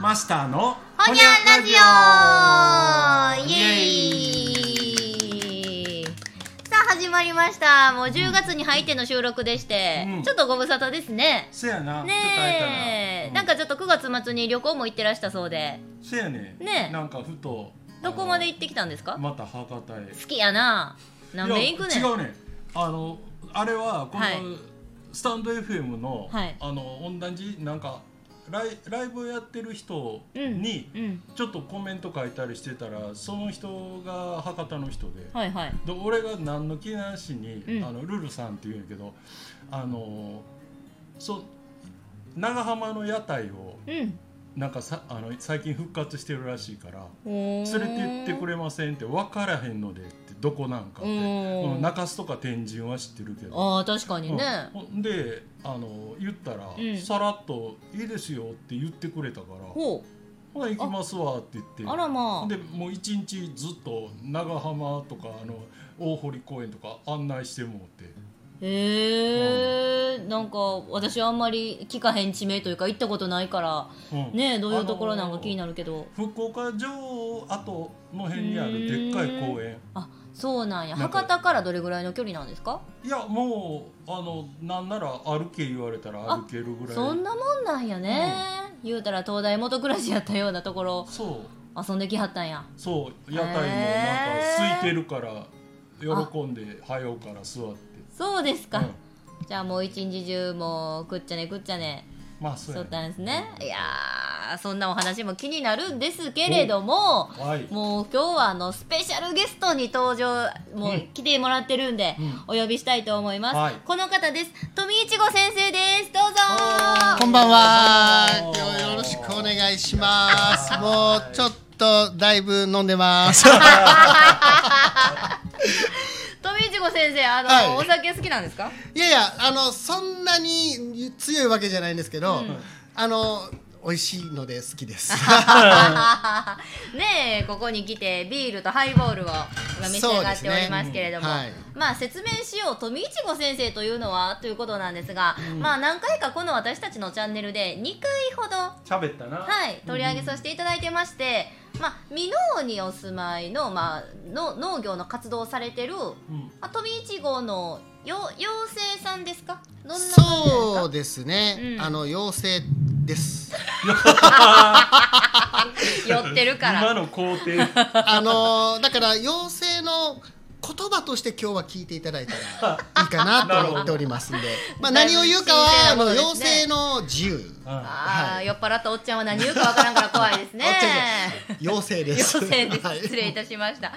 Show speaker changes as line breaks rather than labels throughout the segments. マスターの
ほにゃラジオイエーイさあ始まりましたもう10月に入っての収録でして、
うん
ちょっとご無沙汰ですね
せやな、ちょっと
ね
会
え、
えたら、
なんかちょっと9月末に旅行も行ってらしたそうで
うんせやね
ねえ
なんかふと
どこまで行ってきたんです
あ
か
のまた博多へ
好きやな何で行くね
い
ん
や違うねあのあれはこの、
はい
スタンド FM の、
はい
あの同じなんかライライブやってる人に、
うん
ちょっとコメント書いたりしてたらその人が博多の人で、
はいはい
で俺が何の気なしに、
うん
あのルルさんって言うんやけどあのそう長浜の屋台を
うん
なんかさあの最近復活してるらしいから
連
連れて行ってくれませんって分からへんのでってどこなんかって、
うん
うん中洲とか天神は知ってるけど。
ああ確かにね、
うんほんであの言ったら、
うん
さらっと「いいですよ」って言ってくれたから「ほ
ほ
な行きますわ」って言って
うあらまあ
でもう一日ずっと長浜とかあの大堀公園とか案内してもうて
へえ、なんか私あんまり聞かへん地名というか行ったことないから、
うん
ねえどういうところなんか気に
あ
なるけど
の福岡城跡の辺にあるでっかい公園
あそうなんや
なんか
博多からどれぐらいの距離なんですか
いやもうあのなんなら歩け言われたら歩けるぐらい
そんなもんなんやね、言うたら東大元暮らしやったようなところ
そう
遊んできはったんや
そう屋台もなんか空いてるから喜んで「はようから座って」
そうですか、
うん
じゃあもう一日中もうくっちゃねくっちゃね
まあそう
そ
や
う
ね
たんですねいやーそんなお話も気になるんですけれども、
はい
もう今日はあのスペシャルゲストに登場も
う
うん来てもらってるんで、
うん
お呼びしたいと思います、
はい
この方です富いちご先生ですどうぞ
は
こんばんは
こんばんは
よ。よろしくお願いします。も
はいう
ちょっとだいぶ飲んでます。
富いちご先生あの、
はい
お酒好きなんですか
いやいや、あのそんなに強いわけじゃないんですけど、あの美味しいので好きです。
ねえここに来てビールとハイボールを今召し上がっておりますけれども、
そうですね
まあ説明しよう富いちご先生というのはということなんですが、まあ何回かこの私たちのチャンネルで2回ほど
喋ったな
はい、取り上げさせていただいてまして、まあ、箕面にお住まいの,、まあ、の農業の活動をされてる、
うん
まあ、富いちごのよ妖精さんですかどんな感じですか
そうですね。
うん
あの妖精です。
寄ってるから
今の工 程
あのだから妖精の言葉として今日は聞いていただいたらいいかなと思っておりま すんで、まあ何を言うかはあの
だいぶ神聖なことですね
妖精の自由、
あー、
はい
酔っ払ったおっちゃんは何言うかわからんから怖いです ね
おっちゃんじゃない妖精です。
妖精です
はい
失礼いたしました。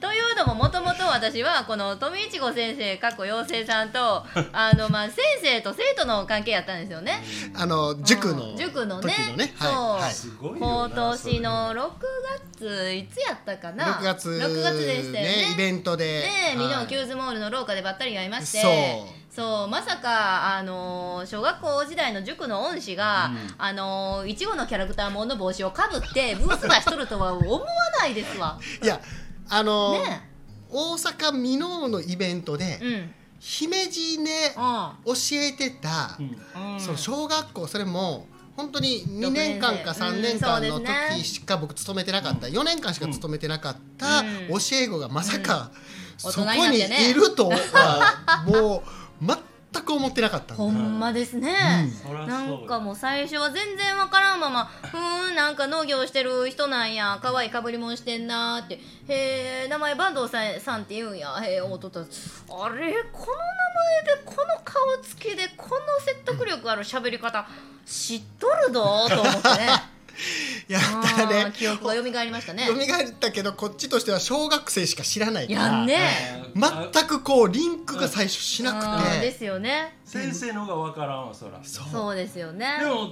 というのももともと私はこの富いちご先生かっこ妖精さんとあのまあ先生と生徒の関係やったんですよね。
あの塾
う
の
ん塾のね
時のね、
そう
はい
すごい
今
よな
年の6月いつやったかな
はい、6月
6月でしたよね
イベントで、
ねえ、ミノキューズモールの廊下でばったり会いましてそうまさか、あのー小学校時代の塾の恩師が、あのーいちごのキャラクターもんの帽子をかぶってブースばしとるとは思わないですわ
いやあの、
ね
大阪ミノーのイベントで、
えうん
姫路ね、教えてた、
うん
うん、うん、
その小学校それも本当に2年間か
六年生
3年間の
うんそうですね
時しか僕勤めてなかった、4年間しか勤めてなかった
うん
教え子がまさか、
うん
そこ
大人
に
になってね
いるとはもう全く思ってなかったんで
ほんまですね、
そらそう
な
よ
んかもう最初は全然わからんまま「ふーんなんか農業してる人なんや可愛いかぶりもんしてんな」って「へえ名前坂東さんさんって言うんやへえおとったあれこの名前でこの顔つきでこの説得力ある喋り方知っとるぞ」と思ってね
や
あ
ったら
ー
ね
記憶が蘇りましたね
蘇ったけどこっちとしては小学生しか知らないから
やんね
全くこうリンクが最初しなく
うんで
て
すよね
先生のがわからんわそら
そ
そうですよね
でも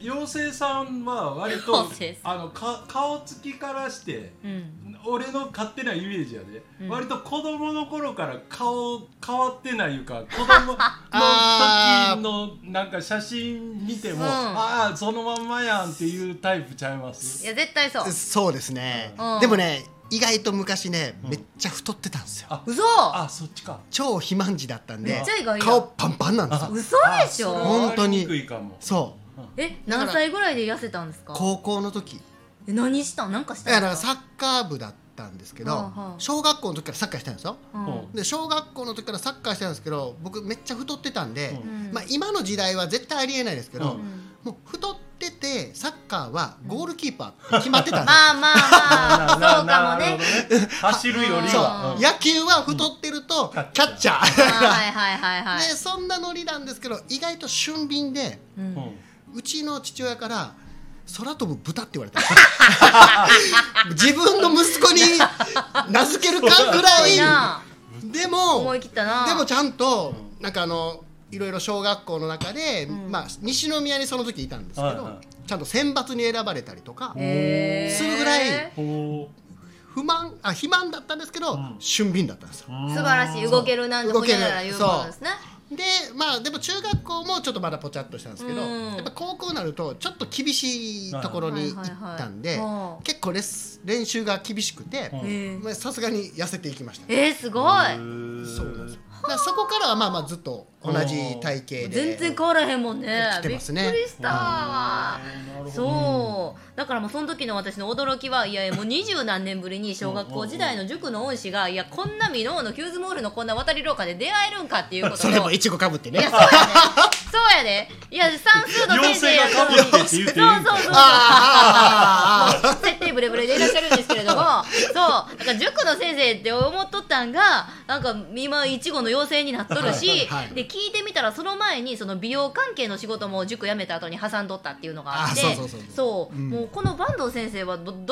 妖精さんは割と
妖精さ
あのか顔つきからして
うん
俺の勝手なイメージやで、
うん
割と子供の頃から顔変わってないいうか子 供
あー
の時のなんか写真見ても、
うん
ああそのまんまやんっていうタイプちゃいます
いや絶対そう
そうですね
うん
でもね意外と昔ねめっちゃ太ってたんですよ
あ
嘘
あそっちか
超肥満児だったん
め
で
っちゃ意外や
顔パンパンなんですよ
嘘でし
あ
ょ
それは
本当に
わかりにくいかも
そう
え
だから
何歳ぐらいで痩せたんですか
高校の時
え何したんなんかした
だか
ん
ら
です
サッカー部だったんですけ
はあ
ど
はあ
小学校の時からサッカーしてたんですよ
うん
うん
で小学校の時からサッカーしてたんですけど僕めっちゃ太ってたんで、
うん
まあ、今の時代は絶対ありえないですけど、
うん
もう太っててサッカーはゴールキーパーって決まってたんですよ
まあまあまあそうかもね
そうかもね走るよりは
あ
うん
野球は太ってるとキ
うん
ャッチャ
あー
ー、
はいはいはいはい、
でそんなノリなんですけど意外と俊敏で
うん
うん
うちの父親から空飛ぶ豚って言われた 自分の息子に名付けるかぐ
すごい
ら
ない
でも
思い切ったな
でもちゃんとなんかあのいろいろ小学校の中で、
ん
まあ、西宮にその時いたんですけど、
はいは
ちゃんと選抜に選ばれたりとか
へー
するぐらい
ほ
不満あ肥満だったんですけど、
うん
俊敏だったんですよ。
う
素晴らしい動けるなんて
動
ほ
け
に
る
ゃらら言うものですね
でまあでも中学校もちょっとまだぽちゃっとしたんですけど、
うん
やっぱ高校になるとちょっと厳しいところに行ったん
はい
で
はいはいはいうん
結構レッス練習が厳しくて
うん
へー
まあさすがに痩せていきました、
えー、すごい
そうなんですよだからそこからはまあまあずっと同じ体型で
全然変わらへんもんね
来てますね
びっくりしたわ
うん
そうだからもうその時の私の驚きはいやいやもう二十何年ぶりに小学校時代の塾の恩師がいやこんなミノーのキューズモールのこんな渡り廊下で出会えるんかっていうことを
それもいちごかぶってね
いや、そうやね。そうやね。いや、算数の先生やったのに。
妖精がかぶ
そうそう
っ
そう
あ
そう。設定ブレブレでいらっしゃるんですけれども、そう、なんか塾の先生って思っとったんが、なんか今、いちごの妖精になっとるし、
はいはい
で、聞いてみたら、その前に、その美容関係の仕事も塾辞めた後に挟んどったっていうのがあって、
あそうそうそう
そう
うん
もうこの坂東先生はど、どんな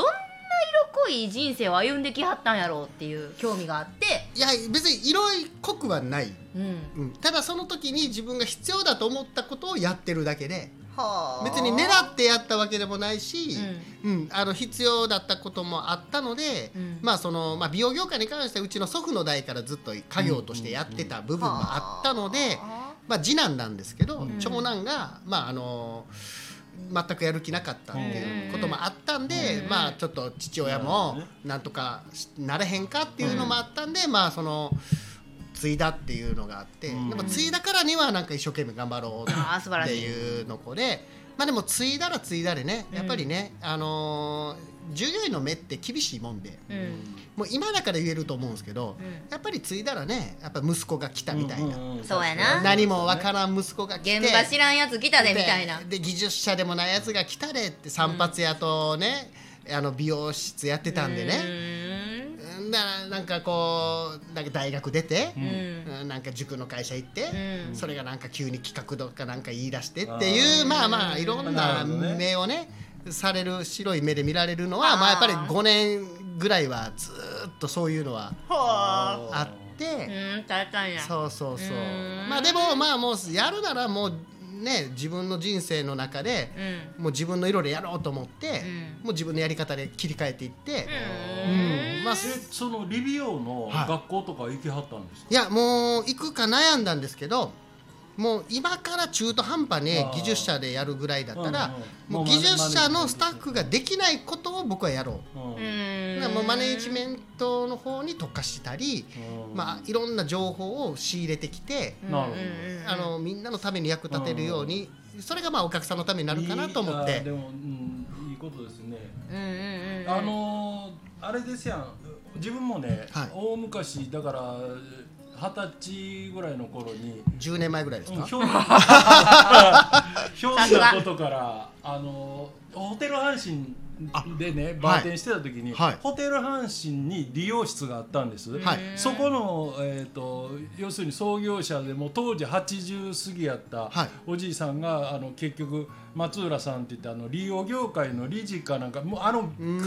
色濃い人生を歩んできはったんやろうっていう興味があって、
いや別に色濃くはない、
うん。
うん、ただその時に自分が必要だと思ったことをやってるだけで
は
別に狙ってやったわけでもないし、うんあの必要だったこともあったので、
うん
まあそのまあ、美容業界に関してはうちの祖父の代からずっと家業としてやってた部分もあったので、
は
まあ、次男なんですけど、
うん
長男が、まあ、あの全くやる気なかったっていうこともあったんで、
うん
まあ、ちょっと父
な
親
るほ
も
どね
なんとかしなれへんかっていうのもあったんで、まあその。継いだっていうのがあって、
うん
やっぱ継いだからにはなんか一生懸命頑張ろう
あー素晴らし
っ
てい
いうのこで、まあでも継いだら継いだでね、やっぱりね、あのー従業員の目って厳しいもんで、
うん
もう今だから言えると思うんですけど、
うん
やっぱり継いだらね、やっぱ息子が来たみたいな、
うんうんうん
そうやな
何もわからん息子が来て
現場知らんやつ来たでみたいな
でで技術者でもないやつが来たでって散髪屋とね、あの美容室やってたんでね、
ね
ななんかこうなんか大学出て、
うん
うんなんか塾の会社行って、
うん
それがなんか急に企画とかなんか言い出してっていう
あー
まあまあいろん
な
な
るほどね
目をねされる白い目で見られるの
あ
は
ー
まあやっぱり5年ぐらいはずーっとそういうのは
は
あって。
うん確かにな
そうそうそう
うーん
まあでもまあもうやるならもうね自分の人生の中で、
うん
もう自分の色でやろうと思って、
うん
もう自分のやり方で切り替えていって、
うん
うんまあ、
え
す
そのリビオの
はい
学校とか行きはったんですか
いやもう行くか悩んだんですけどもう今から中途半端に
あー
技術者でやるぐらいだったら
うん
も
うん
う技術者のスタッフができないことを僕はやろう。
うん
うん
だからもうマネジメントの方に特化したり、
うん
まあ、いろんな情報を仕入れてきて、
なるほど
うん
あのみんなのために役立てるように、それがまあお客さんのためになるかなと思っ
いいあ
て
ーでも、うん、いいことですね、
うんうんうん
あのーあれですやん自分もね、
はい
大昔だから二十歳ぐらいの頃に、
10年前ぐらいです
う
か、
ん、ひょんひょんなことからあのーホテル阪神でね
あはい
バーテンしてた時に、
はい
ホテル阪神に理容室があったんです、
はい
そこの、えー、と要するに創業者でもう当時80過ぎやった
はい
おじいさんが、あの結局松浦さんって言ってあの利用業界の理事かなんかもうあの
ーん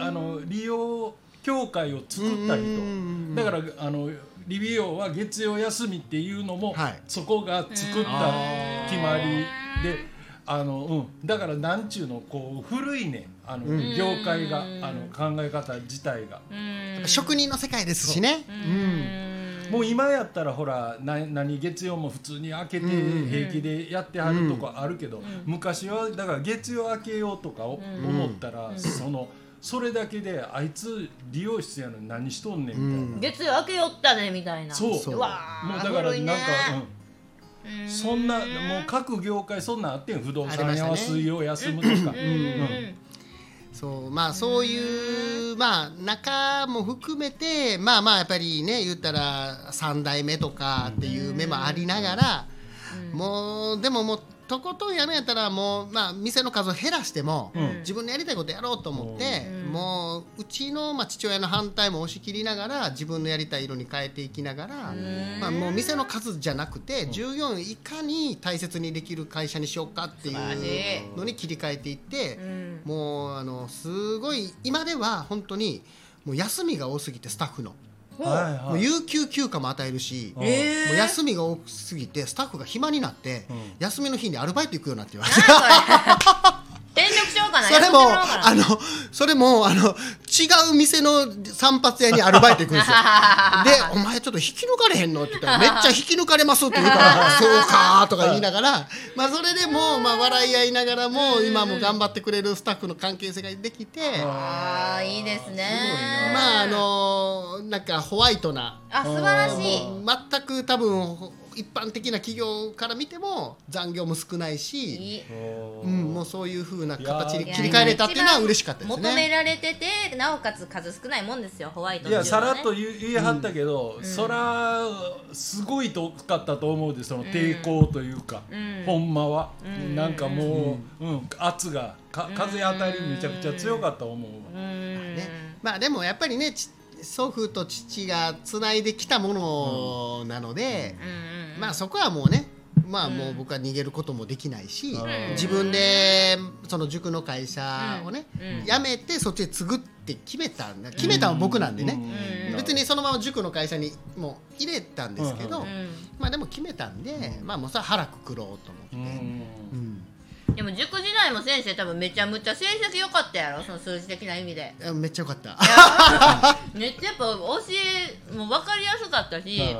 会あの利用協会を作ったり
うー
と
ん
だからあのリビオは月曜休みっていうのも、
はい
そこが作った決まりで。あのうん、だからなんちゅうのこう古いねあの、
ん
業界があの考え方自体が
うん
職人の世界ですしね、
う
うん
ん
もう今やったらほらな何月曜も普通に開けて
うんうん
平気でやってはるとこあるけど、昔はだから月曜開けようとかを
うん
思ったら、そのそれだけであいつ利容室やのに何しとんねんみたいな、
うん
月曜明けよったでみたいな
そう
そう
わー
もうだからな
古い
ん
ね
か、
うん
そんなもう各業界そんなんあってん不動
あ
産
り
屋
ま
は
したね
水曜休むとか
うんうんうん
そうまあそういうまあ仲も含めてまあまあやっぱりね言ったら3代目とかっていう目もありながら、もうでももうとことんやるんやったらもうまあ店の数を減らしても、
うん
自分のやりたいことやろうと思って、
うん
もううちの、まあ、父親の反対も押し切りながら自分のやりたい色に変えていきながら、
ん
まあ、もう店の数じゃなくて従業員をいかに大切にできる会社にしようかってい
素晴らし
うのに切り替えていって。
うん
もうあのすごい今では本当にもう休みが多すぎてスタッフの、
うんはい
も
は
う
い
有給休暇も与えるし、
うん
も
えー
う休みが多すぎてスタッフが暇になって、
うん
休みの日にアルバイト行くようになって言われて
なんそれ転職しようかな
それも
やめてもらおうか
あのそれもあの違う店の散髪屋にアルバイト行くん ですよで「お前ちょっと引き抜かれへんの?」って言ったら「めっちゃ引き抜かれます」って言 うから「そうか」とか言いながら、まあ、それでもう、まあ、笑い合いながらも今も頑張ってくれるスタッフの関係性ができて。
なあーいいですね
まああのなんかホワイトな
あ素晴らしい
うん
全く多分一般的な企業から見ても残業も少ないし、
いい
うん、もうそういう風な形に
いや
切り替えれたっていうのは嬉しかったです
求め
ね。
られててなおかつ数少ないもんですよホワイト
いやさらっと
い
言い言いはったけど、そらすごい遠かったと思うでその抵抗というか、
うん
ほんまは、なんかもう、うん圧がか風当たりめちゃくちゃ強かったと思う
う
わ、
ーん
ねまあでもやっぱりねち祖父と父がつないできたものなので、
うんうん
まあそこはもうねまあもう僕は逃げることもできないし、
うん
自分でその塾の会社をね、
うん
辞めてそっちで継ぐって決めたんだ決めたのは僕なんでね、
うん
別にそのまま塾の会社にもう入れたんですけど、
う
う
まあでも決めたんで、まあもうさ腹くくろうと思って、
う
うんん
んでも塾時代も先生多分めちゃむちゃ成績良かったやろその数字的な意味で
いやめっちゃよかった
めっちゃやっぱ教えもう分かりやすかったし、
う
や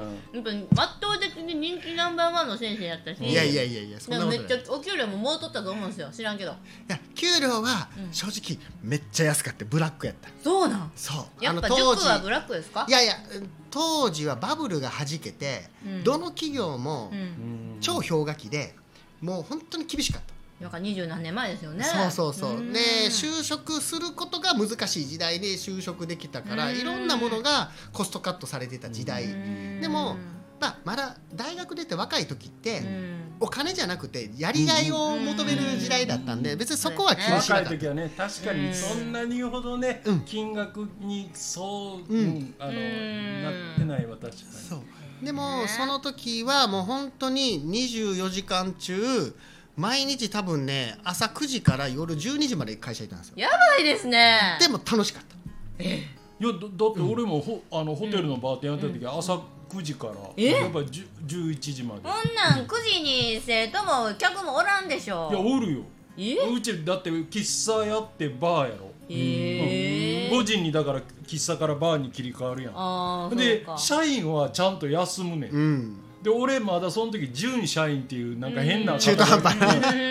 っぱ圧倒的に人気ナンバーワンの先生やったし
いやいやいやいやそん
で
な
もめ
こと
っ
ない
ちゃお給料ももう取ったと思うんですよ知らんけど
いや給料は正直めっちゃ安かったブラックやった
そうなん
そう
やっぱ塾はブラックですか
いやいや当時はバブルがはじけて、
うん
どの企業も
うん、
ん
超氷河期でもう本当に厳しかった
なんか二十何年前ですよね
そうそうそう
ーん
で就職することが難しい時代で就職できたから
うん
いろんなものがコストカットされてた時代
うーん
でも、まあ、まだ大学出て若い時って
うん
お金じゃなくてやりがいを求める時代だったんで別にそこは気にし
若
ないかっ
時はね確かにそんなにほどね、
うん
金額にそう、
うん
うんあの
うん
なってないわ確か
た
に
そうでもその時はもう本当に24時間中毎日多分ね朝9時から夜12時まで会社いたんですよ
やばいですね
でも楽しかった
いやだだって俺もほ、あのホテルのバーテンやってた時、朝9時から
え
やっぱり10 11時まで
こんなん9時に生徒も客もおらんでしょ
いやおるよ
え
うちだって喫茶やってバーやろ、
え
5時にだから喫茶からバーに切り替わるやん
ああ
で社員はちゃんと休むねん、
うん
で俺まだその時準社員っていうなんか変な
中途半端な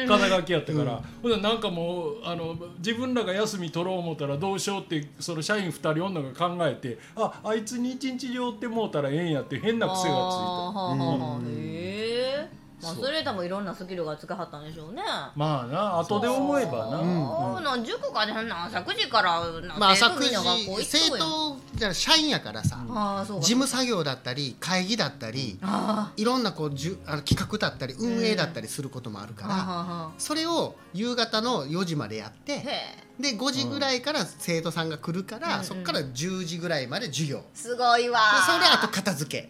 肩書きやったから、ほんでなんかもうあの自分らが休み取ろう思ったらどうしようってその社員2人女が考えてああいつに一日用ってもうたらええんやって変な癖がつ
あ
いた
ーはあはあはあへえまあ
そう
それでもいろんなスキルが使はったんでしょうね
まあな後で思えばな、
そうなん塾かでそんな朝9時からな
まあ朝
生徒み
9
んな学校
時
行っ
生
とるやん
徒じゃない社員やからさ
ああそうか
事務作業だったり会議だったり
あ
いろんなこうじゅあの企画だったり運営だったりすることもある
あ
か
はあ
ら
はあ
それを夕方の4時までやって
へえ
で5時ぐらいから生徒さんが来るか
うんう
ら
ん
そこから10時ぐらいまで授業です
ごいわ
それあと片付け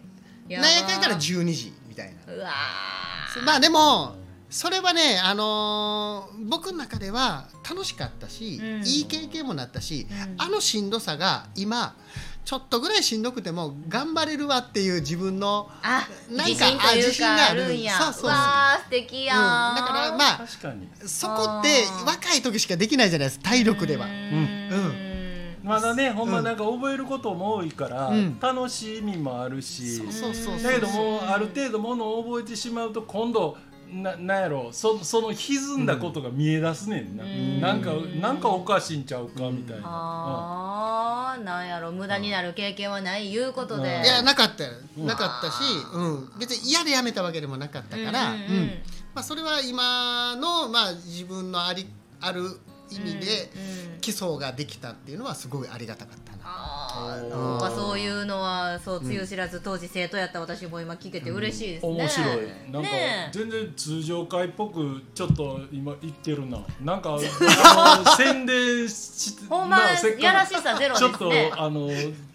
や
なん
ば
やかんやから12時みたいな
うわー
まあでもそれはね、あのー僕の中では楽しかったし、
うん
いい経験もなったし、
うん
あのしんどさが今ちょっとぐらいしんどくても頑張れるわっていう自分の、
あ
なんか
自信と
あ
い
自
う
信
か
が
あ
ある
るんや
そうそうそう
わあ素敵
うん、だ
やん
からまあ
確かに
そこって
あー
若い時しかできないじゃないですか体力では。
うん
うん
まだねほんまなんか覚えることも多いから、
うん
楽しみもあるし、
そうそうそうそう
だけどもうある程度ものを覚えてしまうと今度ななんやろそその歪んだことが見え出すねんな、
うん
なんかなんかおかしいんちゃうかみたいな、
あーなんやろ無駄になる経験はないいうことで
うん
いやなかったよなかったし、うん、別に嫌でやめたわけでもなかったから、
うんうん
うんまあ、それは今の、まあ、自分のありある意味で
うんうん
基礎ができたっていうのはすごいありがたかったな。
あー
お
な
ー
んかそういうのはそうつゆ知らず当時生徒やった私も今聞けて嬉しいですね、
面白いなんか
ねえ
全然通常会っぽくちょっと今言ってるなな んかあの宣伝し
ほんま
なせっかく
やらしさゼロ
ちょ
で
っ
す
と
ね
あの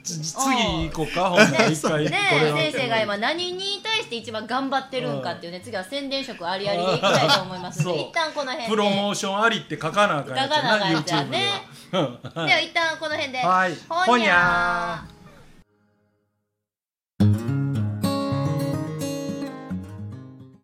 つ次行こうかほんま一回
ね
これは
え先生が今何に対して一番頑張ってるんかっていうね次は宣伝職ありありでいきたいと思いますので
そう
一旦この辺で
プロモーションありって書かなあかんやつや
書か
な
なあかんやつやね
YouTube では。うん
では一旦この辺で、
はい
ほんにゃ
ほんにゃ
ー